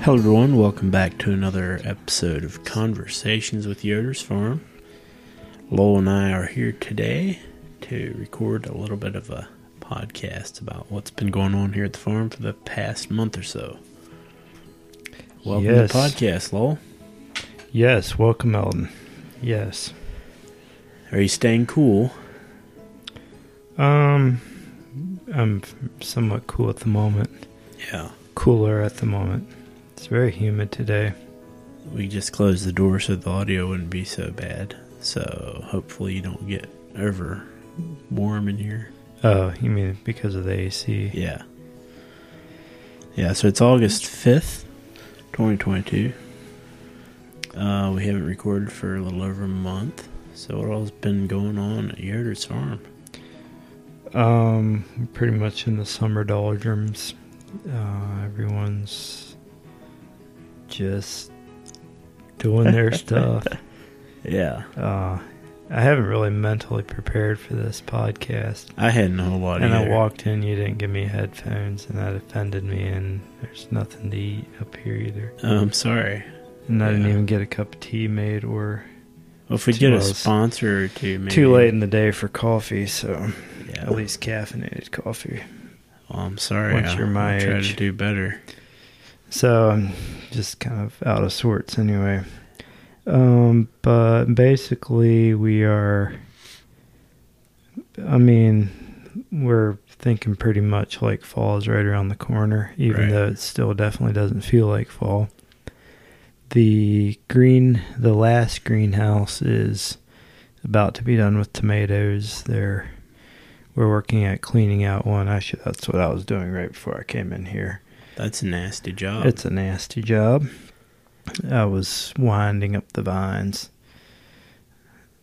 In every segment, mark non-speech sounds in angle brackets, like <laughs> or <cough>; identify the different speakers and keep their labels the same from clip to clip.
Speaker 1: Hello, everyone. Welcome back to another episode of Conversations with Yoder's Farm. Lowell and I are here today to record a little bit of a podcast about what's been going on here at the farm for the past month or so. Welcome
Speaker 2: Yes.
Speaker 1: to the podcast, Lowell.
Speaker 2: Yes, welcome, Elton. Yes.
Speaker 1: Are you staying cool?
Speaker 2: Um, I'm somewhat cool at the moment.
Speaker 1: Yeah.
Speaker 2: Cooler at the moment. It's very humid today.
Speaker 1: We just closed the door so the audio wouldn't be so bad. So hopefully you don't get over warm in here.
Speaker 2: Oh, you mean because of the AC?
Speaker 1: Yeah. Yeah, so it's August 5th, 2022. Uh, we haven't recorded for a little over a month. So, what all's been going on at Yoder's farm?
Speaker 2: Um, we're pretty much in the summer doldrums. Uh, everyone's just doing their stuff.
Speaker 1: Yeah.
Speaker 2: Uh, I haven't really mentally prepared for this podcast.
Speaker 1: I hadn't a whole lot
Speaker 2: And I
Speaker 1: either.
Speaker 2: walked in, you didn't give me headphones, and that offended me. And there's nothing to eat up here either.
Speaker 1: Oh, I'm sorry.
Speaker 2: And I didn't
Speaker 1: Yeah.
Speaker 2: even get a cup of tea made, or
Speaker 1: Well, if we
Speaker 2: Too
Speaker 1: get a
Speaker 2: close.
Speaker 1: sponsor or two, maybe.
Speaker 2: too late in the day for coffee. So
Speaker 1: Yeah.
Speaker 2: at least caffeinated coffee.
Speaker 1: Well, I'm sorry.
Speaker 2: Once you're my
Speaker 1: I'll try to
Speaker 2: age.
Speaker 1: do better.
Speaker 2: So I'm just kind of out of sorts anyway. Um, but basically, we are. I mean, we're thinking pretty much like fall is right around the corner, even
Speaker 1: Right.
Speaker 2: though it still definitely doesn't feel like fall. The green, the last greenhouse is about to be done with tomatoes. They're we're working at cleaning out one. Actually, that's what I was doing right before I came in here.
Speaker 1: That's a nasty job.
Speaker 2: It's a nasty job. I was winding up the vines.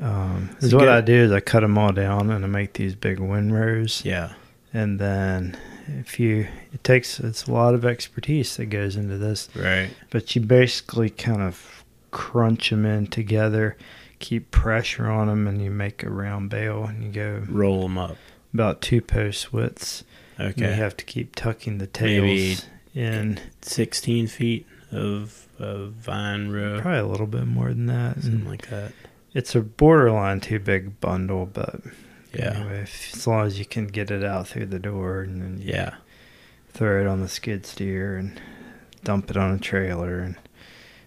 Speaker 2: Um,
Speaker 1: So
Speaker 2: is what
Speaker 1: get-
Speaker 2: I do is I cut them all down and I make these big windrows,
Speaker 1: yeah.
Speaker 2: and then if you, it takes it's a lot of expertise that goes into this,
Speaker 1: Right.
Speaker 2: but you basically kind of crunch them in together, keep pressure on them, and you make a round bale, and you go
Speaker 1: Roll them up.
Speaker 2: about two post widths.
Speaker 1: Okay.
Speaker 2: And you have to keep tucking the
Speaker 1: Maybe-
Speaker 2: tails in.
Speaker 1: 16 feet of, of vine row.
Speaker 2: Probably Mm. a little bit more than that.
Speaker 1: Something
Speaker 2: and-
Speaker 1: like that.
Speaker 2: It's a borderline too big bundle, but
Speaker 1: Yeah.
Speaker 2: anyway, if, as long as you can get it out through the door and then you
Speaker 1: Yeah.
Speaker 2: throw it on the skid steer and dump it on a trailer and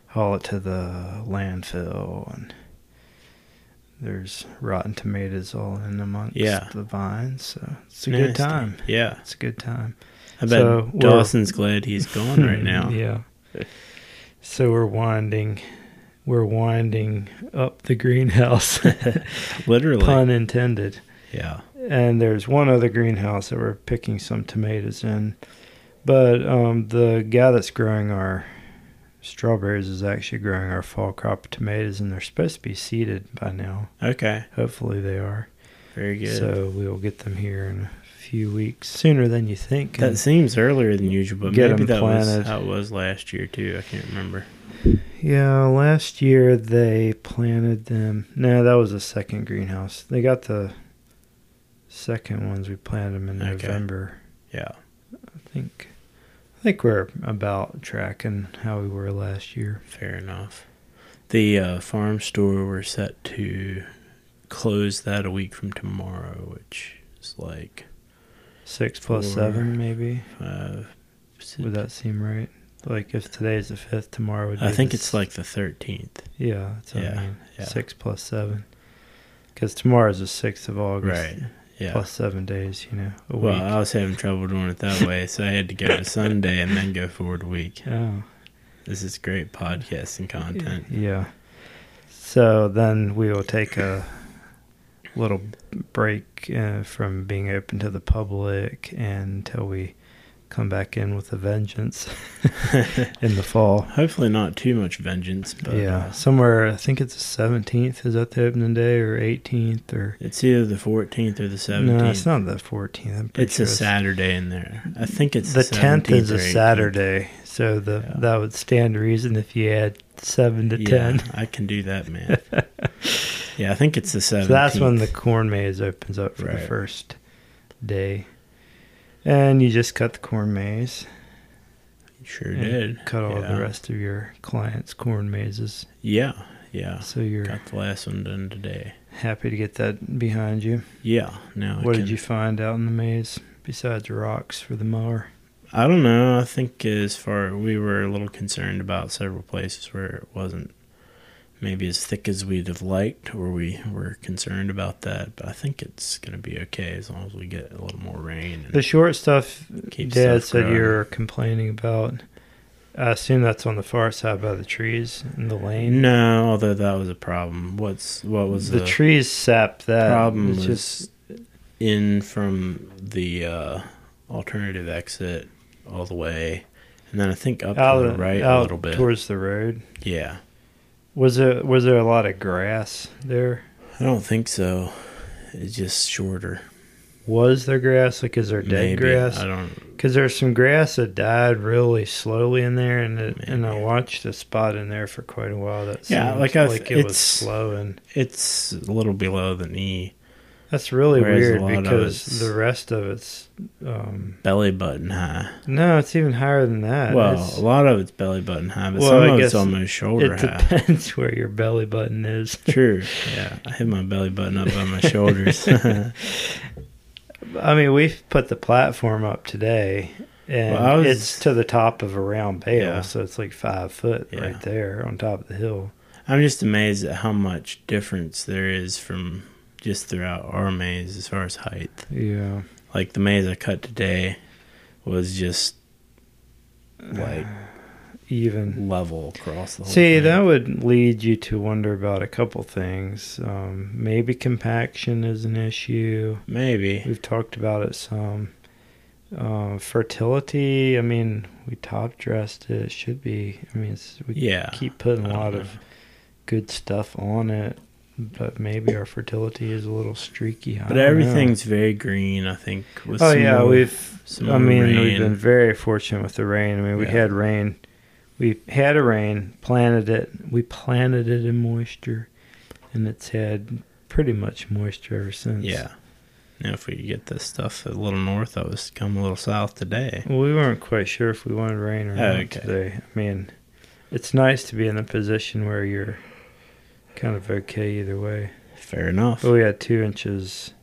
Speaker 2: haul it to the landfill and there's rotten tomatoes all in amongst
Speaker 1: Yeah.
Speaker 2: the vines, so it's a good
Speaker 1: Nasty.
Speaker 2: time.
Speaker 1: Yeah.
Speaker 2: It's a good time.
Speaker 1: I bet
Speaker 2: So, we're-
Speaker 1: Dawson's glad he's gone
Speaker 2: <laughs>
Speaker 1: right now. <laughs>
Speaker 2: yeah. So we're winding, we're winding up the greenhouse. <laughs>
Speaker 1: Literally.
Speaker 2: Pun intended.
Speaker 1: Yeah.
Speaker 2: and there's one other greenhouse that we're picking some tomatoes in. But um, the guy that's growing our strawberries is actually growing our fall crop of tomatoes, and they're supposed to be seeded by now.
Speaker 1: Okay.
Speaker 2: Hopefully, they are.
Speaker 1: Very good.
Speaker 2: So we will get them here in a few weeks, sooner than you think.
Speaker 1: that seems earlier than usual, but
Speaker 2: Get
Speaker 1: maybe
Speaker 2: 'em
Speaker 1: that was
Speaker 2: planted.
Speaker 1: how it was last year too. I can't remember.
Speaker 2: Yeah, last year they planted them. No, that was the second greenhouse. They got the second ones. We planted them in
Speaker 1: Okay.
Speaker 2: November.
Speaker 1: Yeah.
Speaker 2: I think I think we're about tracking how we were last year.
Speaker 1: Fair enough. The uh, farm store we're set to close that a week from tomorrow, which is like uh,
Speaker 2: Six plus
Speaker 1: Four.
Speaker 2: seven, maybe.
Speaker 1: five. six-
Speaker 2: Would that seem right? Like if today's the fifth, tomorrow would. Be
Speaker 1: I think
Speaker 2: the
Speaker 1: it's
Speaker 2: s-
Speaker 1: like the thirteenth.
Speaker 2: yeah, that's what
Speaker 1: Yeah,
Speaker 2: I mean.
Speaker 1: yeah.
Speaker 2: Six plus seven, because tomorrow's the sixth of August.
Speaker 1: Right. Yeah.
Speaker 2: Plus seven days, you know, a
Speaker 1: well,
Speaker 2: week.
Speaker 1: I was having trouble doing it that way, so I had to go to Sunday and then go forward a week.
Speaker 2: oh,
Speaker 1: This is great podcasting content.
Speaker 2: yeah. So then we will take a little break uh, from being open to the public until we come back in with a vengeance. in the
Speaker 1: <laughs>
Speaker 2: fall.
Speaker 1: Hopefully, not too much vengeance, but
Speaker 2: yeah,
Speaker 1: uh,
Speaker 2: somewhere I think it's the seventeenth. Is that the opening day or eighteenth or?
Speaker 1: it's either the 14th or the 17th.
Speaker 2: No, it's not the fourteenth. I'm pretty
Speaker 1: It's
Speaker 2: sure
Speaker 1: a Saturday in there. I think it's
Speaker 2: The tenth
Speaker 1: 17th
Speaker 2: is
Speaker 1: or
Speaker 2: a
Speaker 1: 18th.
Speaker 2: Saturday, so the
Speaker 1: Yeah.
Speaker 2: that would stand to reason if you add seven to
Speaker 1: Yeah,
Speaker 2: ten.
Speaker 1: I can do that,
Speaker 2: <laughs>
Speaker 1: man. yeah, I think it's the 17th.
Speaker 2: So that's when the corn maze opens up for
Speaker 1: Right.
Speaker 2: the first day, and you just cut the corn maze.
Speaker 1: Sure
Speaker 2: and
Speaker 1: did.
Speaker 2: cut all
Speaker 1: yeah.
Speaker 2: the rest of your clients' corn mazes.
Speaker 1: Yeah, yeah.
Speaker 2: So you're
Speaker 1: Got the last one done today.
Speaker 2: happy to get that behind you.
Speaker 1: Yeah. Now I
Speaker 2: what
Speaker 1: can-
Speaker 2: did you find out in the maze besides rocks for the mower?
Speaker 1: I don't know. I think as far we were a little concerned about several places where it wasn't maybe as thick as we'd have liked, or we were concerned about that. But I think it's going to be okay as long as we get a little more rain. And
Speaker 2: The short stuff
Speaker 1: keep
Speaker 2: Dad
Speaker 1: Mm. stuff
Speaker 2: said
Speaker 1: growing.
Speaker 2: you're complaining about. I assume that's on the far side by the trees in the lane.
Speaker 1: No, although that was a problem. What's what Mm. was
Speaker 2: the,
Speaker 1: the,
Speaker 2: trees sap that
Speaker 1: problem?
Speaker 2: It's
Speaker 1: was
Speaker 2: just
Speaker 1: in from the uh, alternative exit all the way, and then I think up
Speaker 2: out,
Speaker 1: to the right
Speaker 2: out
Speaker 1: a little bit.
Speaker 2: towards the road.
Speaker 1: yeah,
Speaker 2: Was there was there a lot of grass there?
Speaker 1: I don't think so. It's just shorter.
Speaker 2: Was there grass? Like, is there dead
Speaker 1: Maybe.
Speaker 2: grass? 'Cause
Speaker 1: I
Speaker 2: grass?
Speaker 1: don't.
Speaker 2: Because there's some grass that died really slowly in there, and it, and I
Speaker 1: Maybe.
Speaker 2: watched a spot in there for quite a while. That
Speaker 1: Yeah,
Speaker 2: seemed
Speaker 1: like I've-
Speaker 2: it was
Speaker 1: it's-
Speaker 2: slow, and
Speaker 1: It's a little below the knee.
Speaker 2: that's really
Speaker 1: Whereas a lot
Speaker 2: weird
Speaker 1: of
Speaker 2: because
Speaker 1: it's-
Speaker 2: the rest of it's um,
Speaker 1: Belly button high.
Speaker 2: no, it's even higher than that.
Speaker 1: well,
Speaker 2: It's-
Speaker 1: a lot of it's belly button high, but
Speaker 2: Well,
Speaker 1: some
Speaker 2: I
Speaker 1: of
Speaker 2: guess
Speaker 1: it's almost shoulder
Speaker 2: it
Speaker 1: high.
Speaker 2: depends <laughs> where your belly button is. <laughs>
Speaker 1: True. Yeah, I hit my belly button up by my shoulders. <laughs> well,
Speaker 2: I mean, we've put the platform up today, and
Speaker 1: Well, I was-
Speaker 2: it's to the top of a round bale,
Speaker 1: Yeah.
Speaker 2: so it's like five foot
Speaker 1: Yeah.
Speaker 2: right there on top of the hill.
Speaker 1: I'm just amazed at how much difference there is from just throughout our maze as far as height.
Speaker 2: Yeah,
Speaker 1: Like the maze I cut today was just like
Speaker 2: even.
Speaker 1: level across the whole
Speaker 2: See,
Speaker 1: thing.
Speaker 2: that would lead you to wonder about a couple things. Um, maybe compaction is an issue.
Speaker 1: maybe
Speaker 2: We've talked about it some. Uh, fertility. I mean, we top dressed it. It should be. I mean, it's, we
Speaker 1: yeah.
Speaker 2: keep putting
Speaker 1: I
Speaker 2: a
Speaker 1: don't
Speaker 2: lot
Speaker 1: know.
Speaker 2: of good stuff on it, but maybe our fertility is a little streaky. I
Speaker 1: But
Speaker 2: don't know.
Speaker 1: everything's very green, I think. With
Speaker 2: Oh
Speaker 1: some
Speaker 2: yeah,
Speaker 1: more-
Speaker 2: we've.
Speaker 1: some
Speaker 2: I
Speaker 1: more
Speaker 2: mean,
Speaker 1: rain.
Speaker 2: we've been very fortunate with the rain. I mean, we
Speaker 1: Yeah.
Speaker 2: had rain. We had a rain, planted it. We planted it in moisture, and it's had pretty much moisture ever since.
Speaker 1: Yeah. Now, if we could get this stuff a little north, I was come a little south today.
Speaker 2: Well, we weren't quite sure if we wanted rain or not
Speaker 1: Oh, Okay.
Speaker 2: today. I mean, it's nice to be in a position where you're kind of okay either way.
Speaker 1: Fair enough.
Speaker 2: But we had two inches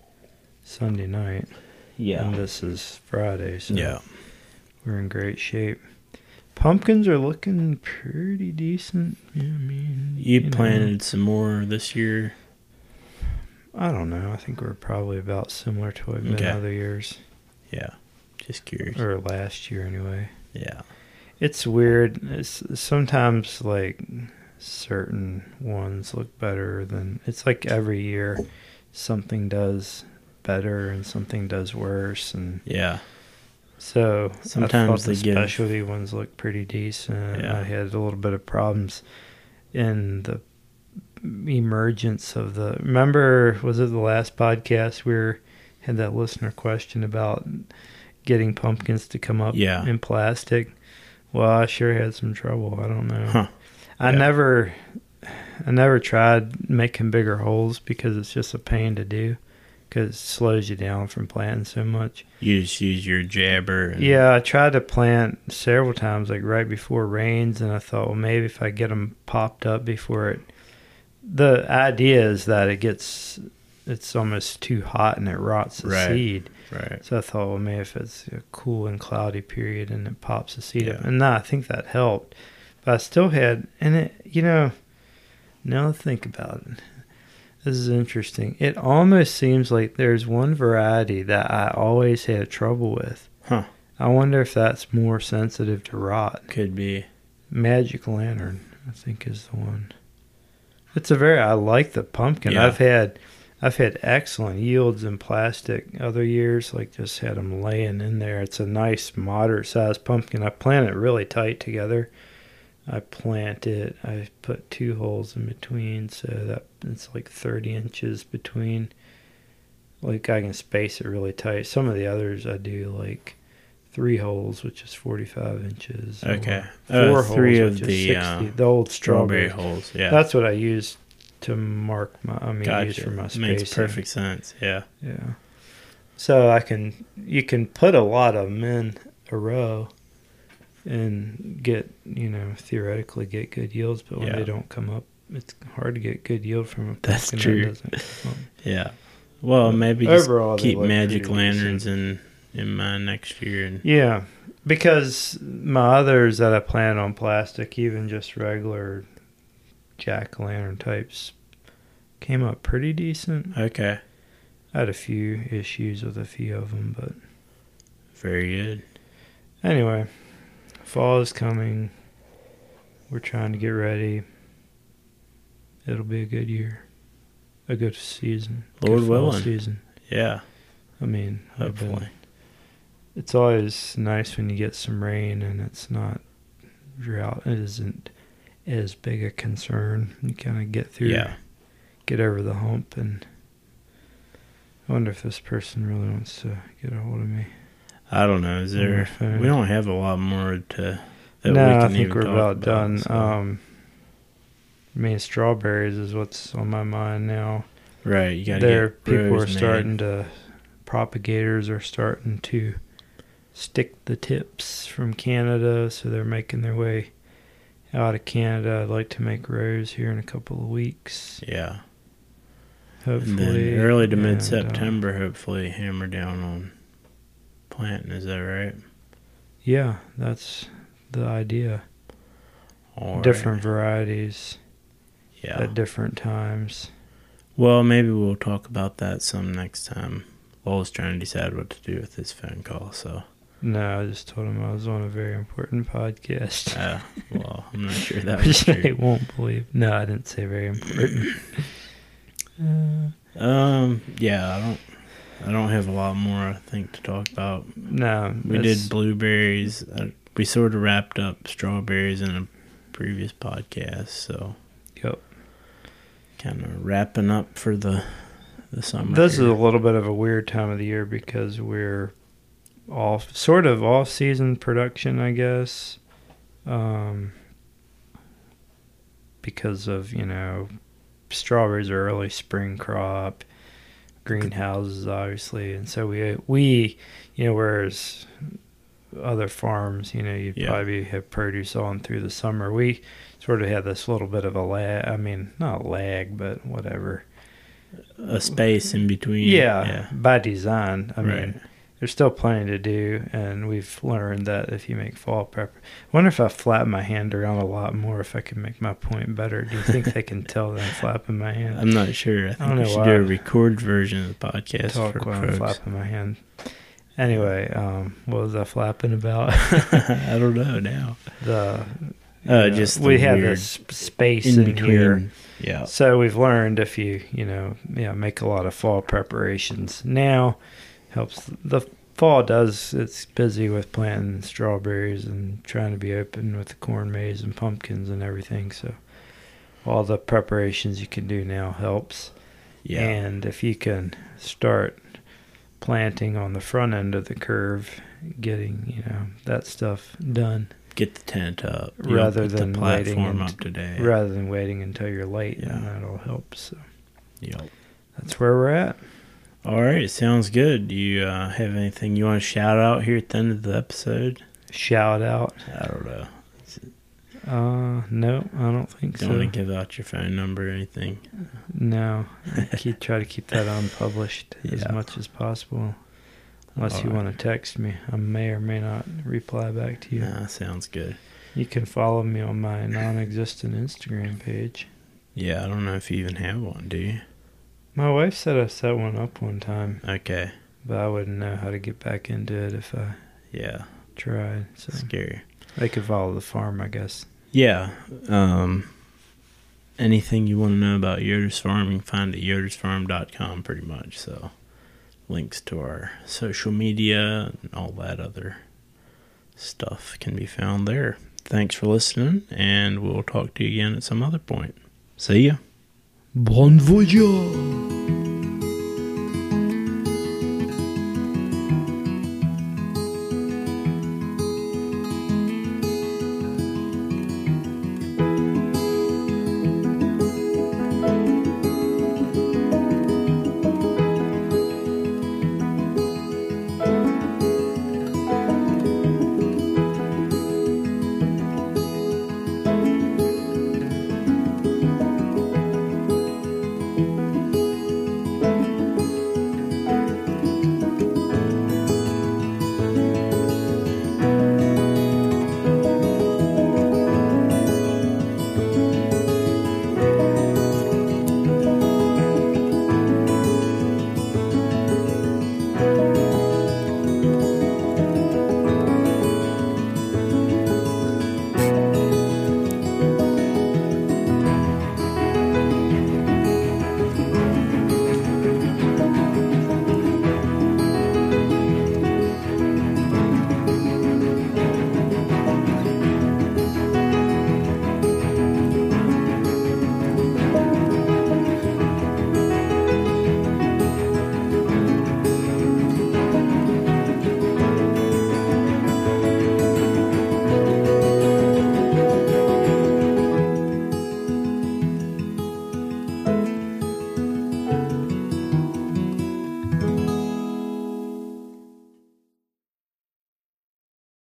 Speaker 2: Sunday night, and
Speaker 1: yeah.
Speaker 2: this is Friday, so
Speaker 1: Yeah.
Speaker 2: we're in great shape. Pumpkins are looking pretty decent. Yeah, I mean,
Speaker 1: You,
Speaker 2: know,
Speaker 1: planted some more this year.
Speaker 2: I don't know. I think we're probably about similar to what we've been
Speaker 1: Okay.
Speaker 2: other years
Speaker 1: Yeah. Just curious.
Speaker 2: or last year anyway.
Speaker 1: yeah.
Speaker 2: It's weird. It's sometimes like certain ones look better than it's like every year something does better and something does worse and
Speaker 1: Yeah.
Speaker 2: So I
Speaker 1: Sometimes
Speaker 2: thought the
Speaker 1: they give-
Speaker 2: specialty ones look pretty decent.
Speaker 1: Yeah.
Speaker 2: I had a little bit of problems in the emergence of the. Remember, was it the last podcast where had that listener question about getting pumpkins to come up
Speaker 1: Yeah.
Speaker 2: in plastic? Well, I sure had some trouble. I don't know.
Speaker 1: Huh.
Speaker 2: I
Speaker 1: Yeah.
Speaker 2: never, I never tried making bigger holes because it's just a pain to do because it slows you down from planting so much.
Speaker 1: You just use your jabber. And,
Speaker 2: Yeah, I tried to plant several times, like right before rains, and I thought, well, maybe if I get them popped up before it. The idea is that it gets, it's almost too hot and it rots the
Speaker 1: Right.
Speaker 2: seed.
Speaker 1: Right.
Speaker 2: So I thought, well, maybe if it's a cool and cloudy period and it pops the seed up.
Speaker 1: Yeah.
Speaker 2: And no, I think that helped. But I still had, and it, you know, now I think about it. This is interesting. It almost seems like there's one variety that I always had trouble with.
Speaker 1: Huh.
Speaker 2: I wonder if that's more sensitive to rot.
Speaker 1: Could be.
Speaker 2: Magic Lantern, I think, is the one. It's a very. I like the pumpkin.
Speaker 1: Yeah.
Speaker 2: I've had, I've had excellent yields in plastic other years. Like just had them laying in there. It's a nice moderate sized pumpkin. I plant it really tight together. I plant it. I put two holes in between, so that it's like thirty inches between. Like I can space it really tight. Some of the others I do like three holes, which is forty-five inches. or-
Speaker 1: Okay.
Speaker 2: four
Speaker 1: Uh, three
Speaker 2: holes,
Speaker 1: of
Speaker 2: which is
Speaker 1: the
Speaker 2: 60,
Speaker 1: uh,
Speaker 2: the old
Speaker 1: strawberry
Speaker 2: strawberry.
Speaker 1: holes. Yeah.
Speaker 2: That's what I use to mark my. I mean, use
Speaker 1: gotcha.
Speaker 2: for my spacing.
Speaker 1: Makes perfect sense. Yeah.
Speaker 2: Yeah. So I can you can put a lot of them in a row, and get you know theoretically get good yields, but when
Speaker 1: Yeah.
Speaker 2: they don't come up, it's hard to get good yield from a
Speaker 1: That's
Speaker 2: pumpkin
Speaker 1: true.
Speaker 2: That doesn't come up.
Speaker 1: Yeah. Well,
Speaker 2: But
Speaker 1: maybe just
Speaker 2: overall, they
Speaker 1: keep
Speaker 2: look
Speaker 1: magic
Speaker 2: pretty decent.
Speaker 1: lanterns in in mind next year and
Speaker 2: Yeah, because my others that I plan on plastic, even just regular jack o' lantern types, came up pretty decent.
Speaker 1: okay.
Speaker 2: I had a few issues with a few of them, but
Speaker 1: Very good.
Speaker 2: anyway, fall is coming. We're trying to get ready. It'll be a good year, a good season. good
Speaker 1: Lord
Speaker 2: fall
Speaker 1: willing.
Speaker 2: season.
Speaker 1: Yeah,
Speaker 2: I mean, I've been-
Speaker 1: hopefully.
Speaker 2: it's always nice when you get some rain and it's not drought it isn't as big a concern you kind of get through
Speaker 1: Yeah.
Speaker 2: get over the hump and i wonder if this person really wants to get a hold of me
Speaker 1: I don't know. Is
Speaker 2: on my
Speaker 1: there
Speaker 2: phone.
Speaker 1: we don't have a lot more to that
Speaker 2: no
Speaker 1: we can
Speaker 2: i think
Speaker 1: even
Speaker 2: we're
Speaker 1: talk
Speaker 2: about done
Speaker 1: so-
Speaker 2: um i mean strawberries is what's on my mind now
Speaker 1: right, you got to
Speaker 2: there
Speaker 1: get
Speaker 2: people
Speaker 1: rows
Speaker 2: are
Speaker 1: made.
Speaker 2: starting to propagators are starting to stick the tips from canada so they're making their way out of canada i'd like to make rows here in a couple of weeks
Speaker 1: Yeah. And
Speaker 2: hopefully
Speaker 1: then early to
Speaker 2: and, uh,
Speaker 1: mid September, hopefully hammer down on planting. Is that right?
Speaker 2: yeah that's the idea
Speaker 1: All right.
Speaker 2: different varieties
Speaker 1: Yeah.
Speaker 2: at different times
Speaker 1: Well, maybe we'll talk about that some next time. Lowell's trying to decide what to do with this phone call, so
Speaker 2: no i just told him i was on a very important podcast
Speaker 1: uh, well, I'm not sure
Speaker 2: <laughs>
Speaker 1: that was
Speaker 2: which they
Speaker 1: true.
Speaker 2: won't believe no i didn't say
Speaker 1: <clears throat>
Speaker 2: very important uh,
Speaker 1: Um, yeah, I don't, I don't have a lot more I think to talk about.
Speaker 2: No,
Speaker 1: We
Speaker 2: that's-
Speaker 1: did blueberries. Uh, we sort of wrapped up strawberries in a previous podcast, so
Speaker 2: Yep.
Speaker 1: kind of wrapping up for the the summer.
Speaker 2: This
Speaker 1: here.
Speaker 2: is a little bit of a weird time of the year because we're off, sort of off season production, I guess. Um, because of you know, strawberries are early spring crop, greenhouses obviously, and so we we you know whereas other farms you know you would
Speaker 1: Yeah.
Speaker 2: probably have produce on through the summer we sort of had this little bit of a lag i mean not lag but whatever
Speaker 1: a space in between.
Speaker 2: yeah,
Speaker 1: yeah,
Speaker 2: by design. I
Speaker 1: Right.
Speaker 2: mean, there's still plenty to do, and we've learned that if you make fall prep, I wonder if I flap my hand around a lot more if I can make my point better. Do you think they can tell that I'm flapping my hand?
Speaker 1: I'm not sure. I think
Speaker 2: don't
Speaker 1: we
Speaker 2: know
Speaker 1: should
Speaker 2: why.
Speaker 1: do a recorded version of the podcast
Speaker 2: Talk
Speaker 1: for
Speaker 2: while I'm
Speaker 1: folks.
Speaker 2: flapping my hand. Anyway, um, what was I flapping about? <laughs>
Speaker 1: <laughs> I don't know now.
Speaker 2: the
Speaker 1: Uh,
Speaker 2: you know,
Speaker 1: just the
Speaker 2: we had
Speaker 1: weird
Speaker 2: this space
Speaker 1: In
Speaker 2: in,
Speaker 1: between,
Speaker 2: here.
Speaker 1: yeah,
Speaker 2: Oh. So we've learned if you, you know, yeah, make a lot of fall preparations now helps the fall does it's busy with planting strawberries and trying to be open with the corn maze and pumpkins and everything. So all the preparations you can do now helps.
Speaker 1: yeah,
Speaker 2: And if you can start planting on the front end of the curve, getting, you know, that stuff done
Speaker 1: get the tent up You don't
Speaker 2: Rather
Speaker 1: put
Speaker 2: than
Speaker 1: the
Speaker 2: waiting
Speaker 1: platform
Speaker 2: and-
Speaker 1: up today.
Speaker 2: rather than waiting until you're late and
Speaker 1: Yeah.
Speaker 2: that'll help. So
Speaker 1: Yep.
Speaker 2: that's where we're at.
Speaker 1: All right, sounds good. Do you uh, have anything you want to shout out here at the end of the episode?
Speaker 2: shout out.
Speaker 1: I don't know.
Speaker 2: Uh, no, I don't think
Speaker 1: Don't
Speaker 2: so.
Speaker 1: want to give out your phone number or anything. <laughs>
Speaker 2: no, keep try to keep that unpublished as
Speaker 1: Yeah.
Speaker 2: much as possible. Unless you
Speaker 1: Alright.
Speaker 2: want to text me, I may or may not reply back to you.
Speaker 1: Nah, sounds good.
Speaker 2: You can follow me on my non-existent Instagram page.
Speaker 1: Yeah, I don't know if you even have one. Do you?
Speaker 2: My wife said I set one up one time,
Speaker 1: Okay.
Speaker 2: but I wouldn't know how to get back into it if I
Speaker 1: Yeah,
Speaker 2: tried. So
Speaker 1: scary.
Speaker 2: they could follow the farm, I guess.
Speaker 1: Yeah. Um, anything you want to know about Yoder's Farm, you can find at yodersfarm.com pretty much. So links to our social media and all that other stuff can be found there. Thanks for listening, and we'll talk to you again at some other point. See ya.
Speaker 2: Bon voyage.